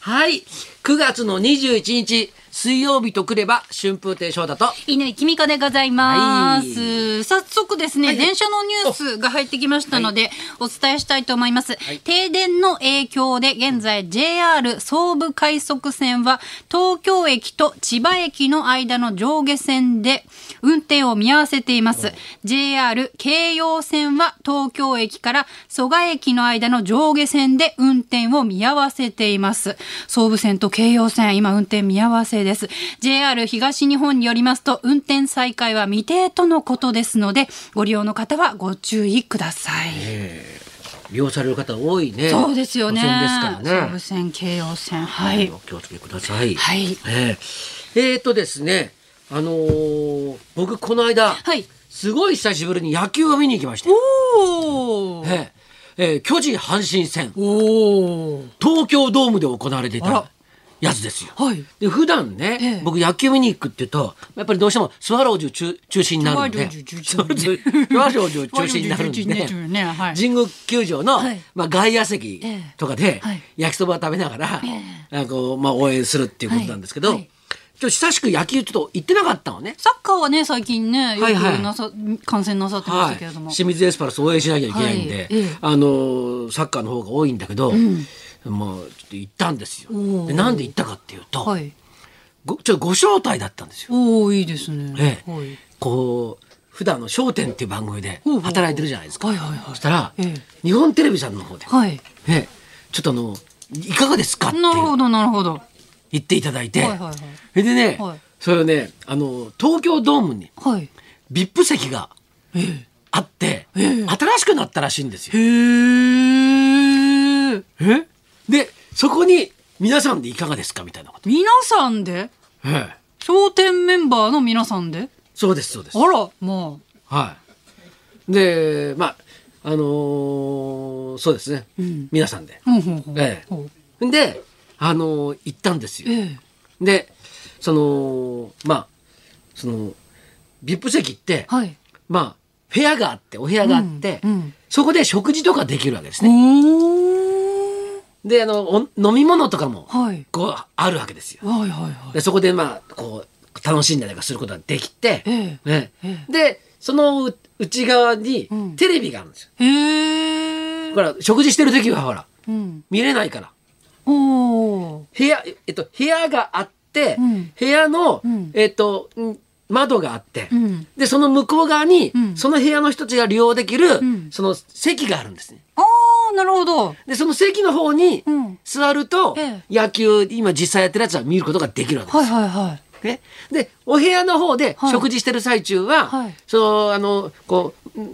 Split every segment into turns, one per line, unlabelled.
はい。9月の21日、水曜日とくれば、春風亭昇太と、
犬きみかでございます、
は
早速ですね、
はいはい
電車のニュースが入ってきましたので、お伝えしたいと思います、停電の影響で現在 JR 総武快速線は東京駅と千葉駅の間の上下線で運転を見合わせています、JR 京葉線は東京駅から蘇我駅の間の上下線で運転を見合わせています総武線と京葉線今運転見合わせです JR 東日本によりますと運転再開は未定とのことですのでご利用の方はご注意ください、
利用される方多いね。
そうですよね
路線ですから
総武
ね。
線京葉線はい
お気をつけください。
はい
えー、えーとですね、あのー僕この間、
はい
すごい久しぶりに野球を見に行きました。
おー
えーえー巨人阪神戦、
おー
東京ドームで行われて
あ
た
ら
やつですよ。
はい
で普段ね、
ええ
僕野球見に行くっていうとやっぱりどうしてもスワローズ中中心になるんで
スワローズ中
ス
心
ワローズスワローズ中心になるん
スワローズ中心になるねは
で
い
神宮球場の、
はい
まあ、外野席
ええ
とかで
はい
焼きそばを食べながら、
え
あこうまあ、応援するっていうことなんですけど、
はいはい
ちょっと久しく野球ちょっと行ってなかったのね。
サッカーはね最近ねよ
はいはい
くなさ、観戦なさってましたけれども、
清水エスパルス応援しなきゃいけないんで、
はいええ
あのーサッカーの方が多いんだけど、もうちょっと行ったんですよ。
おー
でなんで行ったかっていうと、
はい
ごちょっとご招待だったんですよ。
おおいいですね、
ええ
はい
こう普段の『笑点』っていう番組で
ほうほう
働いてるじゃないですか。
はいはいはい
そしたら、
ええ
日本テレビさんの方で、
はい
ね、ちょっとあのいかがですかって
なるほどなるほど
言っていただいて、
はいはいはい
それでね、
はい
それをねあの東京ドームに
はい。
VIP 席があって、新しくなったらしいんですよ。
へー。
えでそこに皆さんでいかがですかみたいなこと。
皆さんで
ええ
笑点メンバーの皆さんで
そうですそうです
あ。ら、ま
はい。でまああのーそうですね、
うん
皆さんで。
あ。ほうほうほう。
ええ
ほう
で、あのー行ったんですよ。
ええ。
で、その、まあ、その、VIP 席って、
はい。
まあ、部屋があって、お部屋があって、
うんうん
そこで食事とかできるわけです
お
ね。
ー。
で、あの、お飲み物とかも、
はい
こう、あるわけですよ。
はいはいはい。
で、そこで、まあ、こう、楽しんだりとかすることができて、
ええ
ね
ええ
で、そのう内側に
ん
テレビがあるんですよ。
へー。
ほら、食事してる時は、ほら、
うん。
見れないから。
おー。
部屋、えっと、部屋があって、
うん
部屋の、
うん
えっと、ん窓があって、
うん
で、その向こう側に、
うん
その部屋の人たちが利用できる、
ん
その席があるんですね。
あー、なるほど。
で、その席の方に
うん
座ると、
え
野球、今実際やってるやつは見ることができるわけです。
はいはいはい。
ね、で、お部屋の方で
はい
食事してる最中は、
はい
その、あの、こう、ん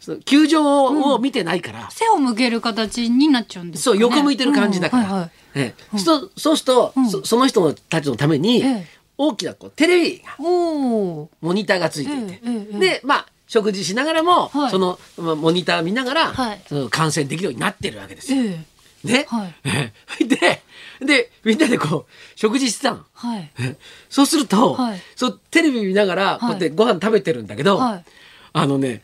その球場をを見てないから、
背を向ける形になっちゃうんですか
そう、
ね。
横向いてる感じだから。
うんはいはい。
ええそうそうすると、
うん
そ、その人たちのために、
ええ
大きなこうテレビが、
おー。
モニターがついていて、
ええええ
で、まあ、食事しながらも、
はい
その、まあ、モニター見ながら、
はい
その観戦できるようになってるわけですよ。
ええ。
ね、
はい
ええ で、で、みんなでこう、食事してたの。
はい。
えそうすると、
はい
そうテレビ見ながらこうやってご飯食べてるんだけど、
はい
あのね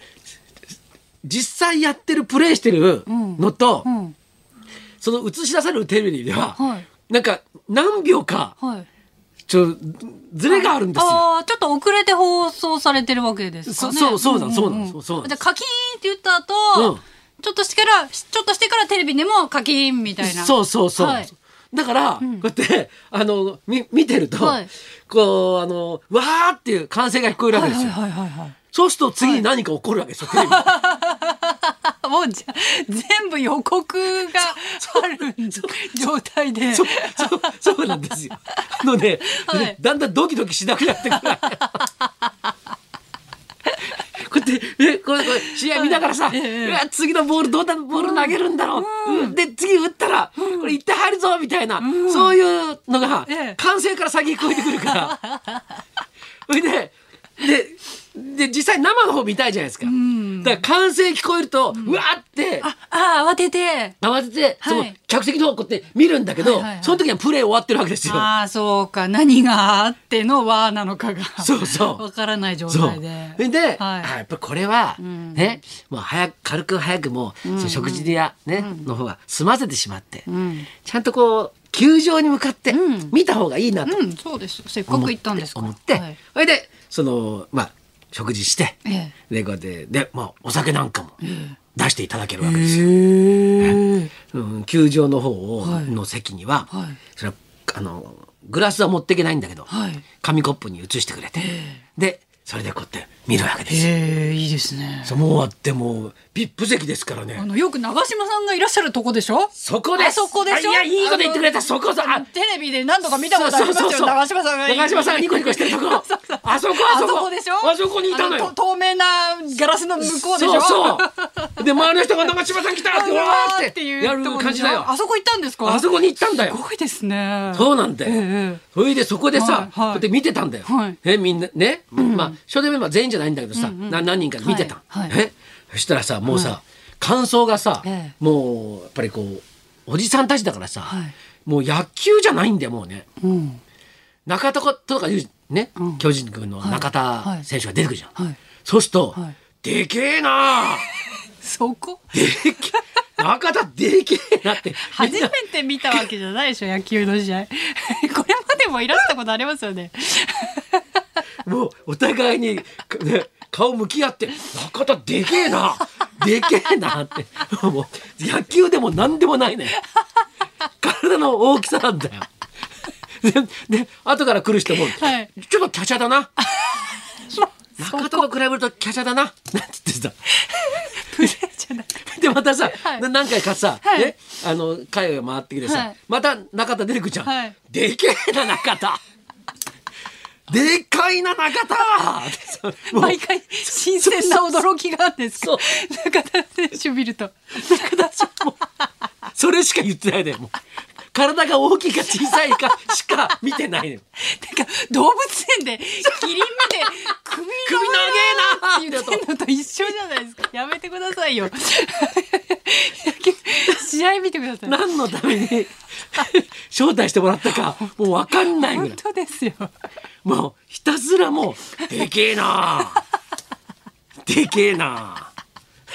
実際やってるプレイしてるのと、
うん。
その映し出されるテレビでは、
はい
なんか何秒か
はい。
ちょずれがあるんですよ。
ああ、ちょっと遅れて放送されてるわけですかね。
そそうそうなん
んん
そうなんそうそうなん
じゃあカキーンって言った後、
うん
ちょっとしてから、ちょっとしてからテレビでもカキーンみたいな。
そうそうそう。
はい
だから、こうやって あのみ見てると、
はい
こうあのわーっていう歓声が聞こえるわ
は
け
い
です
はい
よ。
はいはいはい。
そうすると次に何か起こるわけですよ。テレビで
あもうじゃあ全部予告がある状態 で。
そう、そう、そうなんですよ。ので、
はい
だんだんドキドキしなくなってくる。 こうやって、え、これ、これ、試合見ながらさ、
いええ
うわ次のボール、どうだ、ボール投げるんだろう。うんで、次打ったら、これ、行って入るぞみたいな、そういうのが
ええ、
歓声から先に聞こえてくるから。 それで、で、で、実際生の方見たいじゃないですか。だから、歓声聞こえると、うわーって。
ああー、慌てて。
慌てて、
は
そ
い
の客席の方こうやって見るんだけど、
はいはいはい
その時にはプレー終わってるわけですよ。
ああ、そうか。何があってのわーなのかが。
そうそう
わからない状
そ
態
う
で。
で、
はい
あやっぱこれは、ねもう早く軽く早くもう、その食事や、ねの方が済ませてしまって、ちゃんとこう球場に向かって見た方がいいなと
うん、そうです。せっかく行ったんですから。
思って、
はい
それでそのまあ食事して、
え
でこうやってでまあお酒なんかも出していただけるわけ
え
ですよ。
ー
うん、球場の方を、
はい
の席には、
はい
それはあのグラスは持っていけないんだけど、
はい
紙コップに移してくれて、でそれでこうやって見るわけですよ。
えーいいですね。
そうもうあってもうピップ席ですからね
あ。のよく長嶋さんがいらっしゃるとこでしょ。
そこです
あそこでしょ
あいやいいこと言ってくれた
あの
そこだあ
テレビで何度か見たことあります
そうそうそうそ
よ。
う
長嶋さんが。
長嶋さんがニコニコしてるとこ
そうそう
あそこあ
あ
そこ
そこでしょ。
あそこにいたのよ
あと透明なガラスの向こうでしょ。
そうそうで周りの人が「長嶋さん来た!」って
う
わ
わ
ーっ
ーって
て
いう
やる
とこでしょ
感じだよ
あそこ行ったんですか。
あそこに行ったんだよ
すごいですね。
そうなんだよ、
ええ
それでそこでさ、
はいはい
こうやって見てたんだよ、
はい
えみんなね、まあ初代メンバー全員じゃないんだけどさ、な何人か見てた、
はいはい
えそしたらさもうさ、感想がさ、
ええ
もうやっぱりこうおじさんたちだからさ、
はい
もう野球じゃないんだよもうね
うん。
中田ことかいうね、
うん
巨人軍の中
はいは
田
い
選手が出てくるじゃん、
はい
そうすると、
はい
でけえなあ
そこ。
でけえ中田でけえなってみ
初
んな
めて見たわけじゃないでしょ野球の試合 これまでもいらしたことありますよね
もうお互いに、ね、顔向き合って「中田でけえなでけえな」ってもう野球でも何でもないね体の大きさなんだよ。でで後から来る人も、
はい
ちょっと華奢だな」中田と比べると華奢だな」なんて言ってさ
プレーじゃない
でまたさ、
はい
な何回かさ、
はい
ねあの会が回ってきてさ、
はい
また中田出てくるじゃん、
はい
でけえな中田でかいな中田もう
毎回新鮮な驚きがあるんです
そう
か中田選手見ると
それしか言ってないでもう体が大きいか小さいかしか見てないのよ
なんか動物園でキリン見て首
首長えな
長えなって言ってんのと一緒じゃないですかやめてくださいよ 野球試合見てください
何のために招待してもらったかもう分かんないぐ
本
らい
当ですよ
もうひたすらもうでけえなでけえな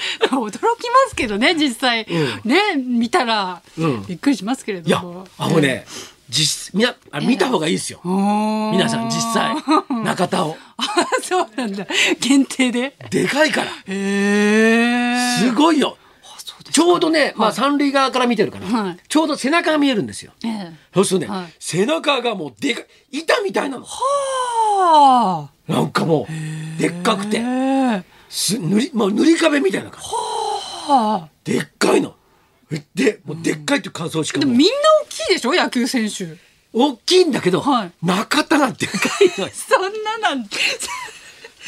驚きますけどね実際、
う
ね見たら、
うん
びっくりしますけれ
いや
ども
あもうね実みなあ見た方がいいですよ皆
皆
さん実際中田を
あそうなんだ限定で
でかいから
へえ
すごいよ
そうです
ちょうどねまあ三塁側から見てるから
はい
ちょうど背中が見えるんですよ
ええ
そうするとね、
はい
背中がもうでかい板みたいなの
はあ
なんかもうでっかく
へ
て
え
す塗り,、まあ、塗り壁みたいな感じ
はあ
でっかいのでもうでっかいという感想しか
で
も
も
う
みんな大きいでしょ野球選手
大きいんだけど、
はい
中田がでかいの よ
そんななんて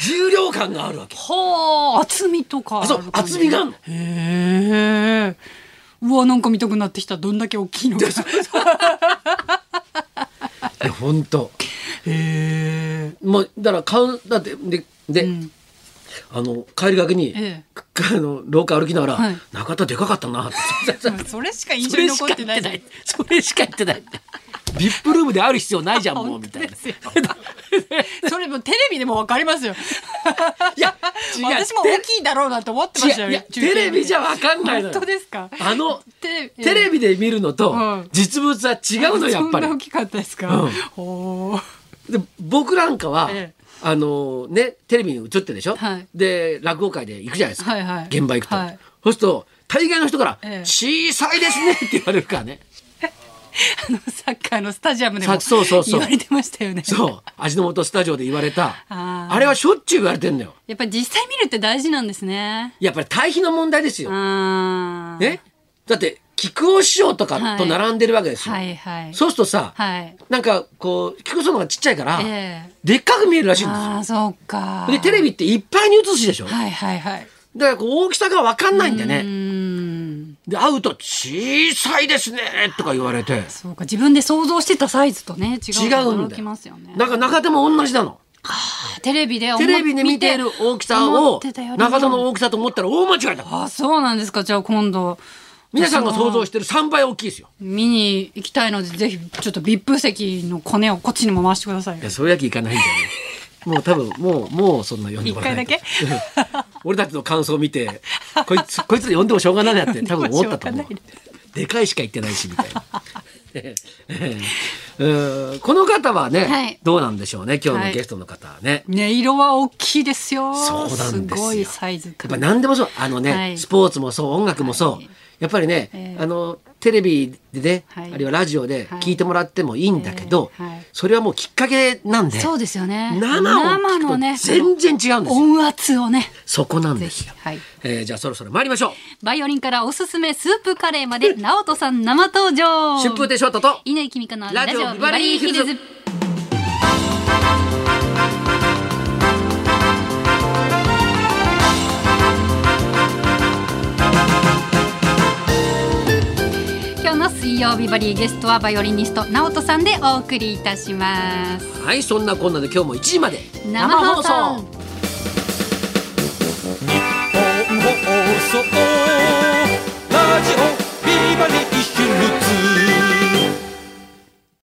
重量感があるわけ
はあ厚みとか
あそう
る感じ
厚みがあるの
へえうわなんか見たくなってきたどんだけ大きいのかへ
いや本当
え
もうだから買うだってでで、
うん
あの帰りがけに、
ええ
かあの廊下歩きながら、
はい
中田でかかったなって
それしか印
そ
象に
れしか
残っ
言ってて
な
ないい。 それしか言って ない。ビップルームである必要ないじゃん、もう、みたいな。
それもテレビでもわかりますよ。
いや、違う。
私も大きいだろうなと思ってましたよ。
違ういやテレビじゃわかんないのよ
本当ですか。
あの、
テ
テレビで見るのと
うん、
実物は違うの、やっぱ
そんな
り。
大きかったですか。
うん
おー
で僕なんかは、
ええ
あのねテレビに映ってるでしょ、
はい
で落語会で行くじゃないですか、
はいはい
現場行くと、
はい
そうすると大概の人から「
ええ
小さいですね」って言われるから ね
あのサッカーのスタジアムでも
さそうそうそう
言われてましたよね。
そう味の素スタジオで言われた
あ
あ
ー
れはしょっちゅう言われてんのよ
やっぱり実際見るって大事なんですね。
やっぱり対比の問題ですよ、
あー
えだって菊尾師匠とかと並んでるわけですよ、
はいはい
そうするとさ、
はい。
なんかこう菊尾さんの方がちっちゃいから、
ええ
でっかく見えるらしいんですよ
ああそうか。
でテレビっていっぱいに映すでしょ、
はいはいはい。
だからこう大きさが分かんないんだよね、
うーん
で会うと「小さいですね」とか言われて
そうか自分で想像してたサイズとね違う
違
と
うん
驚
だ
き
よ
ますよね。
なんか中田も同じなの
テレビで思
テ
っ
レビで見ている大きさ
思っ
を
てたよりも
中田の大きさと思ったら大間違いだ
あそうなんですかじゃあ今度
皆さんが想像
私も
してる3倍大きいですよ
見に行きたいのでぜひちょっと VIP 席のコネをこっちにも回してください
いやそういうわけいかないんだよ ねもう多分もうもうそんな呼んでもらえない
一回
だけ俺たちの感想を見て こいつこいつら呼んでもしょうがないなって多分思ったと思
呼んでもしょうがな
うでかいしか言ってないしみたいな うーんこの方はね、
はい
どうなんでしょうね今日
は
の
い
ゲストの方はね。
ね、色は大きいですよ。
そうなんですよ
ごいサイズ
やっぱ
感。
何でもそうあのね、
はい
スポーツもそう音楽もそう、
はい
やっぱりね、
ええ
あのテレビでね、
はい
あるいはラジオで
はい
聞いてもらってもいいんだけど、
ええはい
それはもうきっかけなんで
そうですよね。
生を聞
のね、
くと全然違うんですよ。
音圧をね。
そこなん
ぜ
で
ひ
すよ。
はい。
えーじゃあそろそろ参りましょ
バイオリンからおすすめスープカレーまで、直人さん生登
う。
場。
春風亭昇太と
稲井君香の
ラ
ラ
ジ
ジ
オ
オ
ビ
ビ
バ
バ
リ
リ
ー
ー
ヒ
ヒ
ル
ル
ズ
ズ。今日の水曜日バリーゲストはバイオリニスト直人さんでお送りいたします。
はいそんなこんなで今日も1時まで
生放送
日本放送ラジオビバリーヒルズ」